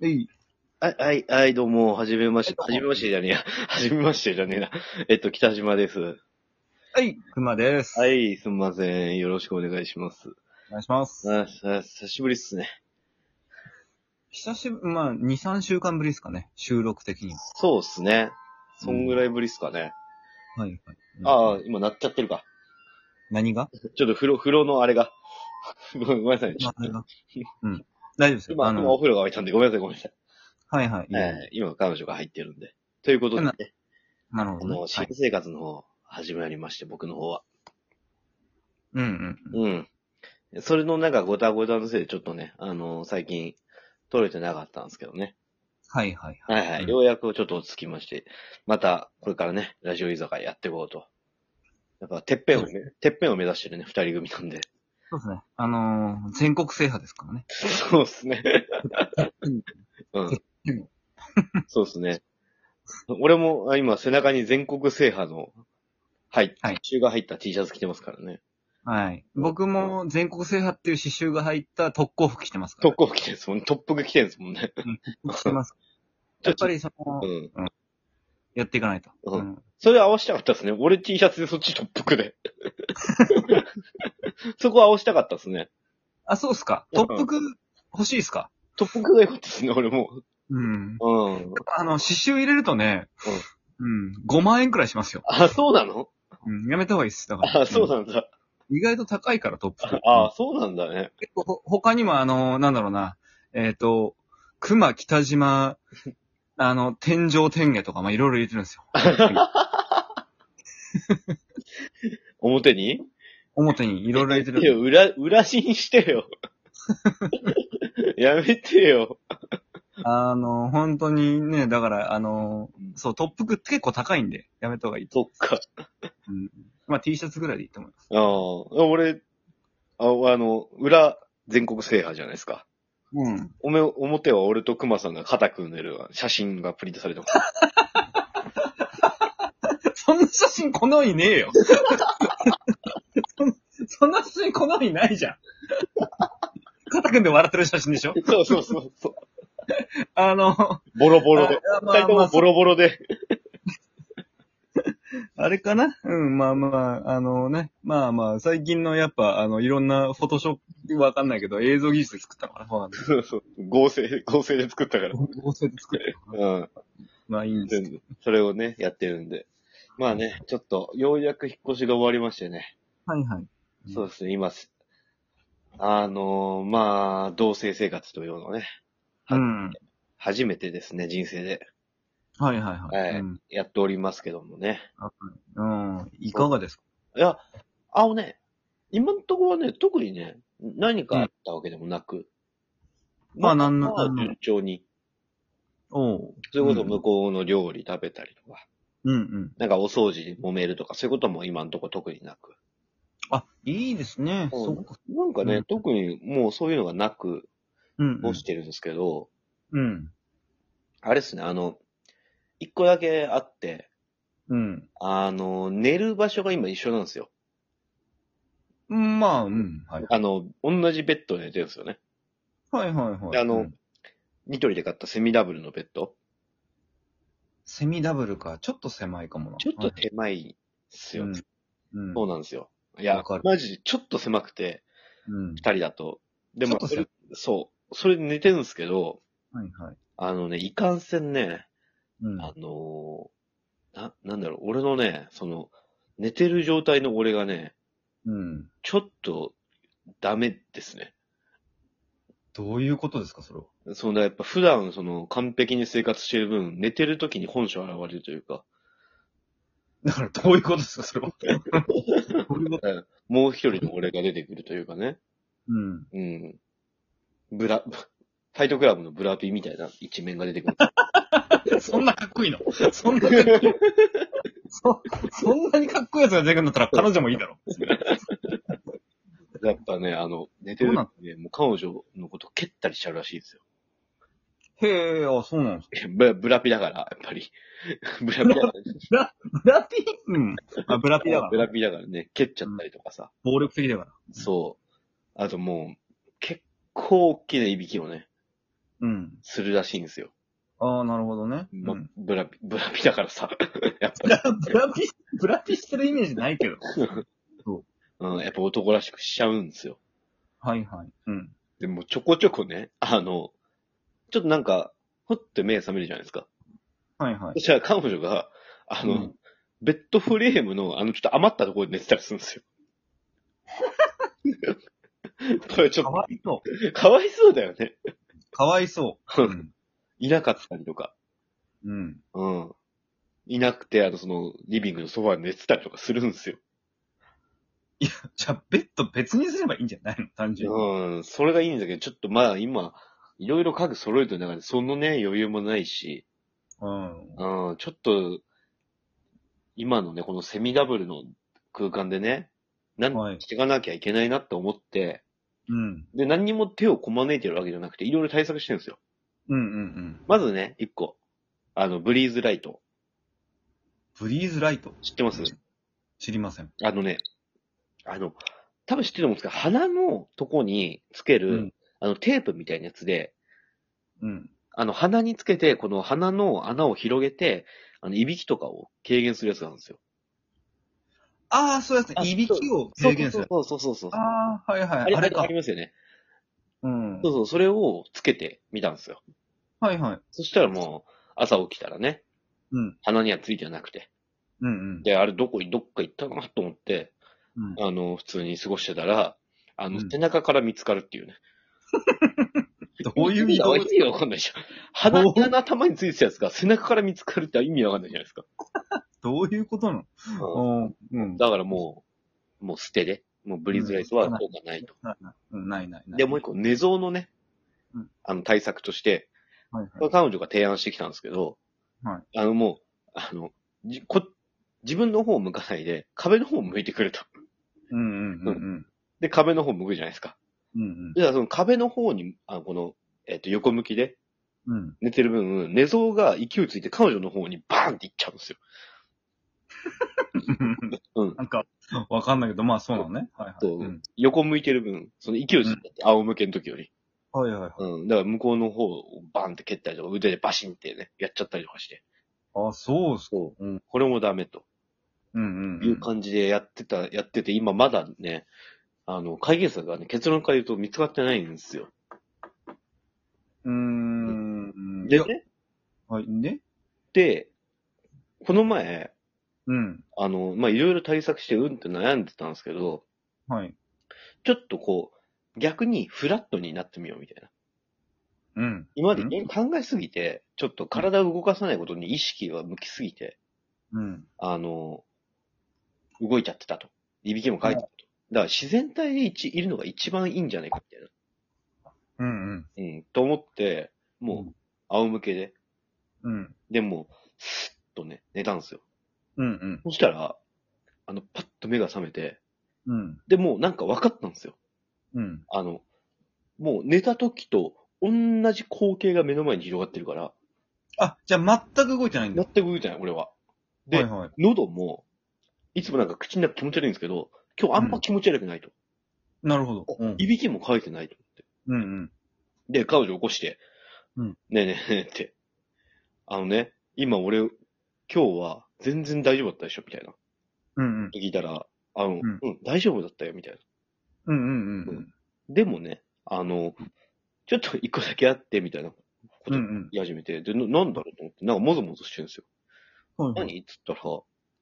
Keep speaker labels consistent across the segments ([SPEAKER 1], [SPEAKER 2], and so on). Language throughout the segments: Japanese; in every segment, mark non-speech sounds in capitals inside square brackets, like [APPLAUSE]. [SPEAKER 1] はい。
[SPEAKER 2] はい、はい、はい、どうも、はじめまして、
[SPEAKER 1] は
[SPEAKER 2] は
[SPEAKER 1] どう
[SPEAKER 2] いじ
[SPEAKER 1] も
[SPEAKER 2] めましてじゃねえや。 [LAUGHS] はじめましてじゃねえな。えっと、北島です。
[SPEAKER 1] はい。熊です。。
[SPEAKER 2] はいい、すんません。よろしくお願いします。
[SPEAKER 1] お願いします。
[SPEAKER 2] あ、さ久しぶりっすね。
[SPEAKER 1] 久しぶり、まあ、2、3週間ぶりですかね。収録的には。
[SPEAKER 2] そうっすね。そんぐらいぶりっすかね。
[SPEAKER 1] はい、はい。
[SPEAKER 2] あ
[SPEAKER 1] あ。
[SPEAKER 2] あ、今鳴っちゃってるか。
[SPEAKER 1] 何が
[SPEAKER 2] ちょっと風呂、風呂のあれが。 [LAUGHS] ごめんごめんなさい。ちょ
[SPEAKER 1] まああ
[SPEAKER 2] っ
[SPEAKER 1] れ
[SPEAKER 2] [LAUGHS]
[SPEAKER 1] が
[SPEAKER 2] ちょ
[SPEAKER 1] うん。大丈夫です
[SPEAKER 2] と
[SPEAKER 1] よ。
[SPEAKER 2] 今、
[SPEAKER 1] あ
[SPEAKER 2] 今お
[SPEAKER 1] の、
[SPEAKER 2] 風呂が沸いたんで、ごめんなさい、ごめんなさい。
[SPEAKER 1] はいはい。いいよ
[SPEAKER 2] えー今、彼女が入ってるんで。ということで、ね、
[SPEAKER 1] なるほ
[SPEAKER 2] あ
[SPEAKER 1] どね。
[SPEAKER 2] の、
[SPEAKER 1] は
[SPEAKER 2] 新
[SPEAKER 1] い。
[SPEAKER 2] 生活の方、始まりまして、僕の方は。
[SPEAKER 1] うんうん。
[SPEAKER 2] うん。それのなんかごたごたのせいでちょっとね、あの最近、取れてなかったんですけどね。
[SPEAKER 1] はいはいはい。
[SPEAKER 2] はいはい。
[SPEAKER 1] うん
[SPEAKER 2] ようやくちょっと落ち着きまして、また、これからね、ラジオ居酒屋やっていこうと。やっぱ、てっぺんをね、てっぺんを目指してるね、二人組
[SPEAKER 1] [LAUGHS]
[SPEAKER 2] なんで。
[SPEAKER 1] そうですね。あのー、全国制覇ですからね。
[SPEAKER 2] そうっすね。うん。そうっすね。俺も、あ今、背中に全国制覇の、はい、
[SPEAKER 1] はい
[SPEAKER 2] 刺繍が入った T シャツ着てますからね。
[SPEAKER 1] はい。僕も全国制覇っていう刺繍が入った特攻服着てますから。
[SPEAKER 2] 特攻着てるんですもんね。特服着てるんですもんね。
[SPEAKER 1] 攻服着てます。やっぱりその
[SPEAKER 2] [LAUGHS] う、ん。
[SPEAKER 1] やっていかないと。
[SPEAKER 2] うん
[SPEAKER 1] うん
[SPEAKER 2] それ合わせたかったですね。俺 T シャツでそっちトップクで。 [LAUGHS] そこ合わせたかったですね。
[SPEAKER 1] あ、そうっすか。
[SPEAKER 2] う
[SPEAKER 1] 特
[SPEAKER 2] ん
[SPEAKER 1] 服欲しいっすか
[SPEAKER 2] トップクが良かったですね、俺も。
[SPEAKER 1] うん。
[SPEAKER 2] うん。
[SPEAKER 1] あの、刺繍入れるとね、うん、5万円くらいしますよ。
[SPEAKER 2] あ、そうなの
[SPEAKER 1] うん、やめた方がいいっす。だから。
[SPEAKER 2] あ、そう
[SPEAKER 1] だ。
[SPEAKER 2] なんだ。
[SPEAKER 1] 意外と高いから、トップ。
[SPEAKER 2] あ、そうなんだね。
[SPEAKER 1] 結構ほ他にも、あの、なんだろうな、えっ、と、熊、北島、あの、天井天下とか、まあ、いろいろ入れてるん
[SPEAKER 2] [LAUGHS]
[SPEAKER 1] ですよ。
[SPEAKER 2] 表に
[SPEAKER 1] 表にいろいろ入れて
[SPEAKER 2] いや、
[SPEAKER 1] る。
[SPEAKER 2] 裏、裏芯してよ。 [LAUGHS] やめてよ。
[SPEAKER 1] あの、本当にね、だから、あの、そう、トップって結構高いんで、やめた方がいいと。
[SPEAKER 2] そっか。
[SPEAKER 1] うん。まあ、T シャツぐらいでいいと思います。
[SPEAKER 2] ああ、俺、ああの、裏、全国制覇じゃないですか。
[SPEAKER 1] うん。 [LAUGHS]
[SPEAKER 2] おめ、表は俺と熊さんが肩組んでる写真がプリントされてます。
[SPEAKER 1] そんな写真この世にねえよ。 [LAUGHS] そんな写真この世にないじゃん。肩組んで笑ってる写真でしょ
[SPEAKER 2] [LAUGHS] そうそうそうそう。
[SPEAKER 1] あの、
[SPEAKER 2] [LAUGHS] ボロボロで。
[SPEAKER 1] あま
[SPEAKER 2] 二人
[SPEAKER 1] あ
[SPEAKER 2] と
[SPEAKER 1] ま
[SPEAKER 2] も
[SPEAKER 1] あ
[SPEAKER 2] ボロボロで。 [LAUGHS]
[SPEAKER 1] あれかなうん、まあまあ、あのね、まあまあ、最近のやっぱ、あの、いろんなフォトショップわかんないけど、映像技術で作ったのかなそうなんです。
[SPEAKER 2] そうそう。合成、合成で作ったから。
[SPEAKER 1] 合成で作ってる。
[SPEAKER 2] うん。
[SPEAKER 1] まあいいんですけど。
[SPEAKER 2] それをね、やってるんで。まあね、ちょっと、ようやく引っ越しが終わりましてね。
[SPEAKER 1] はいはい。うん
[SPEAKER 2] そうですね、今す、あのーまあ、同性生活というのをね、
[SPEAKER 1] うん。はい
[SPEAKER 2] 初めてですね、人生で
[SPEAKER 1] はいはい。
[SPEAKER 2] はい
[SPEAKER 1] うん。
[SPEAKER 2] やっておりますけどもね。
[SPEAKER 1] うんいかがですか
[SPEAKER 2] いや、あのね、今んとこはね、特にね、何かあったわけでもなく。
[SPEAKER 1] まあなんの
[SPEAKER 2] まあ
[SPEAKER 1] うん
[SPEAKER 2] 順調に。
[SPEAKER 1] おう。
[SPEAKER 2] それこそ
[SPEAKER 1] うん
[SPEAKER 2] 向こうの料理食べたりとか。
[SPEAKER 1] うんうん。
[SPEAKER 2] なんかお掃除に揉めるとか、そういうことも今んとこ特になく。
[SPEAKER 1] あ、いいですね。
[SPEAKER 2] うん
[SPEAKER 1] そっか。
[SPEAKER 2] なんかね、
[SPEAKER 1] うん
[SPEAKER 2] 特にもうそういうのがなく、
[SPEAKER 1] うんう
[SPEAKER 2] を
[SPEAKER 1] ん
[SPEAKER 2] してるんですけど、
[SPEAKER 1] うん。
[SPEAKER 2] あれですね、あの、一個だけあって、
[SPEAKER 1] うん。
[SPEAKER 2] あの、寝る場所が今一緒なんですよ。
[SPEAKER 1] うんまあ、うん。はい。
[SPEAKER 2] あの、同じベッドで寝てるんですよね。
[SPEAKER 1] はいはいはい。
[SPEAKER 2] であの
[SPEAKER 1] うん
[SPEAKER 2] ニトリで買ったセミダブルのベッド。
[SPEAKER 1] セミダブルか、ちょっと狭いかもな。
[SPEAKER 2] ちょっと手前いっすよ、
[SPEAKER 1] はいうん。うん
[SPEAKER 2] そうなんですよ。いや
[SPEAKER 1] わかる、
[SPEAKER 2] マジでちょっと狭くて、
[SPEAKER 1] うん。
[SPEAKER 2] 二人だと。で
[SPEAKER 1] ちょ
[SPEAKER 2] も
[SPEAKER 1] っと
[SPEAKER 2] そ
[SPEAKER 1] 狭
[SPEAKER 2] れ
[SPEAKER 1] い、
[SPEAKER 2] そう。それで寝てるんですけど、
[SPEAKER 1] はいはい。
[SPEAKER 2] あのね、いかんせんね、
[SPEAKER 1] うん。
[SPEAKER 2] あのーな、なんだろう、俺のね、その、寝てる状態の俺がね、
[SPEAKER 1] うん。
[SPEAKER 2] ちょっと、ダメですね。
[SPEAKER 1] どういうことですか、それは。
[SPEAKER 2] その、やっぱ普段、その、完璧に生活してる分、寝てる時に本性現れるというか、
[SPEAKER 1] だから、どういうことですか、それは。どういうこと
[SPEAKER 2] もう一人の俺が出てくるというかね、
[SPEAKER 1] うん。
[SPEAKER 2] うん。ブラ、ファイトクラブのブラピみたいな一面が出てくる。
[SPEAKER 1] そんなかっこいいのそんなかっ [LAUGHS] こいい。そ、そんなにかっこいいやつが出てくるんだったら彼女もいいだろ。
[SPEAKER 2] やっぱね、あの、寝てる
[SPEAKER 1] そうな
[SPEAKER 2] 時ね、もう彼女のこと蹴ったりしちゃうらしいですよ。
[SPEAKER 1] へえ、あ、そうなんですか。
[SPEAKER 2] えブラブラピだから、やっぱり。ブラピだから、
[SPEAKER 1] ブラピうん。あ、ブラピだか
[SPEAKER 2] ブ
[SPEAKER 1] ら。
[SPEAKER 2] ラピだからね、蹴っちゃったりとかさ。
[SPEAKER 1] 暴力的だから。
[SPEAKER 2] そう。あともう、結構大きないびきをね、
[SPEAKER 1] うん。
[SPEAKER 2] するらしいんですよ。
[SPEAKER 1] ああ、なるほどね。
[SPEAKER 2] ま
[SPEAKER 1] うん、
[SPEAKER 2] ブラピ、ブラピだからさ。 [LAUGHS] やっ
[SPEAKER 1] ブラブラピ、ブラピしてるイメージないけど。
[SPEAKER 2] ぱ、うん、やっぱ男らしくしちゃうんですよ。
[SPEAKER 1] はいはい。うん。
[SPEAKER 2] でもちょこちょこね、あの、ちょっとなんか、ふって目覚めるじゃないですか。
[SPEAKER 1] はいはい
[SPEAKER 2] そ。したら彼女が、あの、
[SPEAKER 1] うん
[SPEAKER 2] ベッドフレームの、あの、ちょっと余ったところで寝てたりするんですよ。 [LAUGHS] これちょっ
[SPEAKER 1] かわいそう。
[SPEAKER 2] と、かわいそうだよね。
[SPEAKER 1] かわいそう。うん。
[SPEAKER 2] [LAUGHS] いなかったりとか、
[SPEAKER 1] うん。
[SPEAKER 2] うん。いなくて、あの、その、リビングのソファーで寝てたりとかするんですよ。
[SPEAKER 1] じゃあ、ベッド別にすればいいんじゃないの単純に。
[SPEAKER 2] うん、それがいいんだけど、ちょっとまあ今、いろいろ家具揃えてる中で、そのね、余裕もないし、
[SPEAKER 1] うん。
[SPEAKER 2] うん、ちょっと、今のね、このセミダブルの空間でね、何
[SPEAKER 1] はい
[SPEAKER 2] していかなきゃいけないなって思って、
[SPEAKER 1] うん。
[SPEAKER 2] で、何にも手をこまねいてるわけじゃなくて、いろいろ対策してるんですよ。
[SPEAKER 1] うんうんうん。
[SPEAKER 2] まずね、一個。あの、ブリーズライト。
[SPEAKER 1] ブリーズライト。
[SPEAKER 2] 知ってます
[SPEAKER 1] 知りません。
[SPEAKER 2] あのね、あの、多分知ってると思うんですけど、鼻のとこにつける、
[SPEAKER 1] うん
[SPEAKER 2] あの、テープみたいなやつで、
[SPEAKER 1] うん。
[SPEAKER 2] あの、鼻につけて、この鼻の穴を広げて、あの、いびきとかを軽減するやつがあるんですよ。
[SPEAKER 1] ああ、そうやつね
[SPEAKER 2] あ。
[SPEAKER 1] いびきを軽減する。
[SPEAKER 2] そうそうそうそうそう。
[SPEAKER 1] ああ、はいは
[SPEAKER 2] あ
[SPEAKER 1] い。
[SPEAKER 2] れ
[SPEAKER 1] あ
[SPEAKER 2] あ
[SPEAKER 1] れ
[SPEAKER 2] れ
[SPEAKER 1] か
[SPEAKER 2] あり。ますよね。
[SPEAKER 1] うん
[SPEAKER 2] そう。そう、それをつけてみたんですよ。
[SPEAKER 1] はいはい。
[SPEAKER 2] そしたらもう、朝起きたらね、
[SPEAKER 1] うん。
[SPEAKER 2] 鼻にはついてなくて。
[SPEAKER 1] うんうん。
[SPEAKER 2] で、あれどこ、どっか行ったなと思って、
[SPEAKER 1] うん
[SPEAKER 2] あの、普通に過ごしてたら、あの、
[SPEAKER 1] うん
[SPEAKER 2] 背中から見つかるっていうね。
[SPEAKER 1] どういう
[SPEAKER 2] 意
[SPEAKER 1] 意
[SPEAKER 2] 味が
[SPEAKER 1] 味
[SPEAKER 2] 意味がわかんないでしょ。鼻、鼻の頭についてたやつが背中から見つかるって意味わかんないじゃないですか。
[SPEAKER 1] どういうことなのうんうん。
[SPEAKER 2] だからもう、もう捨てで、もうブリーズライトは効果ないと。
[SPEAKER 1] ななうんないないない。
[SPEAKER 2] で、もう一個、寝相のね
[SPEAKER 1] うん、
[SPEAKER 2] あの、対策として、
[SPEAKER 1] はい
[SPEAKER 2] これ彼女が提案してきたんですけど、
[SPEAKER 1] は
[SPEAKER 2] あのもう、あの、じこ自分の方を向かないで、壁の方を向いてくれと。
[SPEAKER 1] うんうんうん
[SPEAKER 2] で、壁の方向くじゃないですか。
[SPEAKER 1] うん。うん
[SPEAKER 2] で、その壁の方に、あこの、えっ、と、横向きで
[SPEAKER 1] うん。うん。
[SPEAKER 2] 寝てる分、寝相が勢いついて彼女の方にバーンって行っちゃうんですよ。うん
[SPEAKER 1] なんか、わかんないけど、まあそうなのね。はいはい。
[SPEAKER 2] そう
[SPEAKER 1] うん
[SPEAKER 2] 横向いてる分、その勢いついて、仰向けの時より。
[SPEAKER 1] はいはいはい。
[SPEAKER 2] うん。だから向こうの方をバーンって蹴ったりとか、腕でバシンってね、やっちゃったりとかして。
[SPEAKER 1] あ、そうっす。
[SPEAKER 2] そう
[SPEAKER 1] うん
[SPEAKER 2] これもダメと
[SPEAKER 1] うんうんうん。
[SPEAKER 2] いう感じでやってた、やってて、今まだね、あの、解決策がね、結論から言うと見つかってないんですよ。
[SPEAKER 1] うーん。い
[SPEAKER 2] で
[SPEAKER 1] や
[SPEAKER 2] ね、
[SPEAKER 1] はい、ね
[SPEAKER 2] で、この前、
[SPEAKER 1] うん。
[SPEAKER 2] あの、まあ、いろいろ対策してうんって悩んでたんですけど、
[SPEAKER 1] はい。
[SPEAKER 2] ちょっとこう、逆にフラットになってみようみたいな。
[SPEAKER 1] うん。
[SPEAKER 2] 今まで
[SPEAKER 1] うん
[SPEAKER 2] いろいろ考えすぎて、ちょっと体を動かさないことに意識が向きすぎて、
[SPEAKER 1] うん。
[SPEAKER 2] あの、動いちゃってたと。いびきもかいてたと。だから自然体でいちいるのが一番いいんじゃないかみたいな。
[SPEAKER 1] うんうん。
[SPEAKER 2] うん、と思って、も
[SPEAKER 1] う
[SPEAKER 2] う、仰向けで、
[SPEAKER 1] うん。
[SPEAKER 2] でもう、スッとね、寝たんですよ。
[SPEAKER 1] うんうん。
[SPEAKER 2] そしたら、あの、パッと目が覚めて、
[SPEAKER 1] うん。
[SPEAKER 2] で、もうなんか分かったんですよ。
[SPEAKER 1] うん。
[SPEAKER 2] あの、もう寝た時と同じ光景が目の前に広がってるから、
[SPEAKER 1] あ、じゃあ全く動いてないんだ。
[SPEAKER 2] 全
[SPEAKER 1] は
[SPEAKER 2] く動いてない、俺は。で、
[SPEAKER 1] いはい。
[SPEAKER 2] 喉も、いつもなんか口の中気持ち悪いんですけど、今日あんま気持ち悪くないと。
[SPEAKER 1] なるほど。うん。
[SPEAKER 2] いびきもかいてないと思って。
[SPEAKER 1] うんうん。
[SPEAKER 2] で、彼女起こして、
[SPEAKER 1] うん
[SPEAKER 2] ねえねえねえって。あのね、今俺、今日は全然大丈夫だったでしょ、みたいな。
[SPEAKER 1] うんうん。
[SPEAKER 2] 聞いたら、あの、うんん、大丈夫だったよ、みたいな。
[SPEAKER 1] うんうんうん。
[SPEAKER 2] でもね、あの、ちょっと一個だけあって、みたいなこと
[SPEAKER 1] うんう
[SPEAKER 2] 言
[SPEAKER 1] ん。
[SPEAKER 2] い始めて、で、ななんだろうと思って、なんかもぞもぞしてるんですよ。
[SPEAKER 1] はいはい。
[SPEAKER 2] 何っつったら、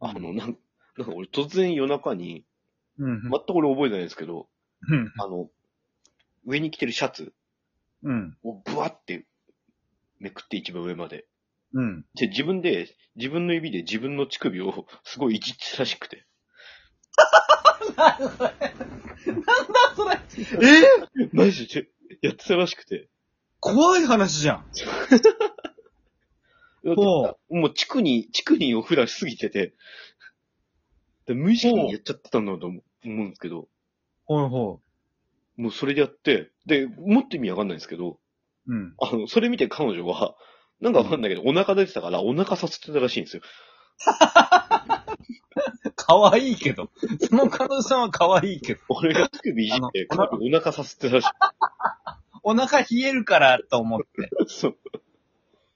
[SPEAKER 2] あの、なんか、なんか俺突然夜中に、
[SPEAKER 1] うんうん。
[SPEAKER 2] 全く俺覚えてないんですけど、
[SPEAKER 1] うん
[SPEAKER 2] あの、上に着てるシャツ
[SPEAKER 1] うん。
[SPEAKER 2] をブワってめくって一番上まで。
[SPEAKER 1] うん。
[SPEAKER 2] で、自分で、自分の指で自分の乳首をすごいいじってたらしくて。
[SPEAKER 1] それ
[SPEAKER 2] えぇ、マジでちょやってたらしくて。
[SPEAKER 1] 怖い話じゃん。ほ
[SPEAKER 2] もう、地区に、地区におフラしすぎてて、で無意識にやっちゃってたんだと思う思うんですけど、
[SPEAKER 1] ほいほ
[SPEAKER 2] もうそれでやって、で、もっと意味わかんないんですけど、
[SPEAKER 1] い。うん。
[SPEAKER 2] あの、それ見て彼女は、なんかわかんないけど、お腹出てたから、お腹させてたらしいんですよ。
[SPEAKER 1] 可愛いけど。その彼女さんは可愛いけど。
[SPEAKER 2] 俺が乳首いじって、
[SPEAKER 1] あ
[SPEAKER 2] 彼女お腹させてたらしい。
[SPEAKER 1] お腹冷えるからと思って。
[SPEAKER 2] そう。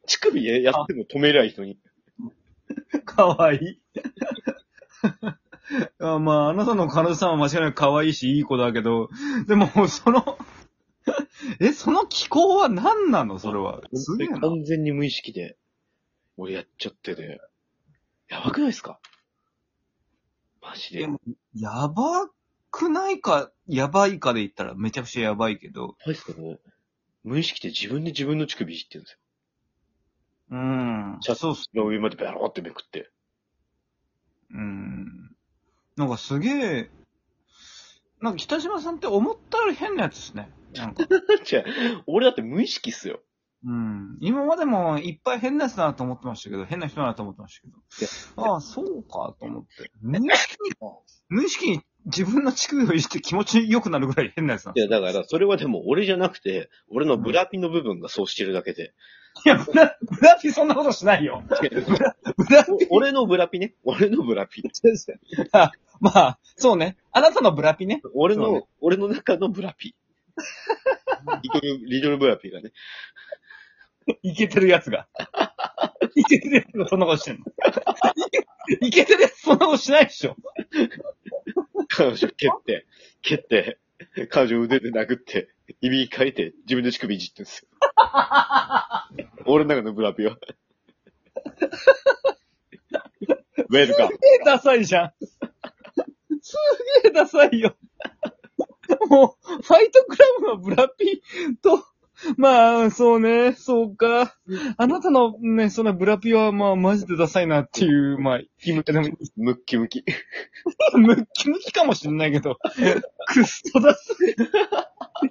[SPEAKER 2] 乳首やっても止めりゃいい人に。
[SPEAKER 1] かわいい。あまあ、あなたの彼女さんは間違いなく可愛いし、いい子だけど、でも、その、え、その気候は何なのそれは。すげえな。
[SPEAKER 2] 完全に無意識で、俺やっちゃってて。やばくないですかマジで。
[SPEAKER 1] で
[SPEAKER 2] や
[SPEAKER 1] もやばくないか、やばいかで言ったらめちゃくちゃやばいけど。
[SPEAKER 2] ばいっすかね無意識で自分で自分の乳首いじってるんですよ。
[SPEAKER 1] うん。
[SPEAKER 2] シャツ
[SPEAKER 1] そうっす。
[SPEAKER 2] の上までベロってめくって。 [LAUGHS]
[SPEAKER 1] うん。なんかすげえ、なんか北島さんって思ったより変なやつですね。なん [LAUGHS] か。
[SPEAKER 2] 違う、俺だって無意識っすよ。
[SPEAKER 1] うん。今までもいっぱい変なやつだなと思ってましたけど、変な人だなと思ってましたけど。ああ、そうかと思って。無意識に、無意識に自分の乳首をいじって気持ち良くなるぐらい変なやつなん
[SPEAKER 2] い
[SPEAKER 1] です
[SPEAKER 2] や、だから、それはでも俺じゃなくて、俺のブラピの部分がそうしてるだけで。
[SPEAKER 1] いや、ブラ、ブラピそんなことしないよ。ブラピ
[SPEAKER 2] お俺のブラピね。俺のブラピ。
[SPEAKER 1] [LAUGHS] あまあ、そうね。あなたのブラピね。
[SPEAKER 2] 俺
[SPEAKER 1] そう
[SPEAKER 2] の、
[SPEAKER 1] ね
[SPEAKER 2] 俺の中のブ
[SPEAKER 1] [LAUGHS]
[SPEAKER 2] ラピ。リトル、リトルブラピがね。
[SPEAKER 1] イケてるやつ [LAUGHS] が。イケてるやつがそんなことしてんの。 [LAUGHS] イケてるやつそんなことしないでしょ。
[SPEAKER 2] 彼女蹴って、蹴って、彼女腕で殴って、指かいて、自分で乳首いじってんですよ。俺の中のブラピは。ウェルカム。
[SPEAKER 1] すげえダサいじゃん。すげえダサいよ。もう、ファイトクラブのブラピと、まあ、そうね、そうか。あなたのね、そのブラピは、まあ、マジでダサいなっていう、まあ、気持ちでも、
[SPEAKER 2] ムッキムキ。
[SPEAKER 1] ムッキムキかもしんないけど、くっそだす。 [LAUGHS]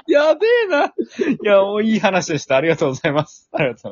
[SPEAKER 1] やべえな。いや、もういい話でした。ありがとうございます。ありがとうございます。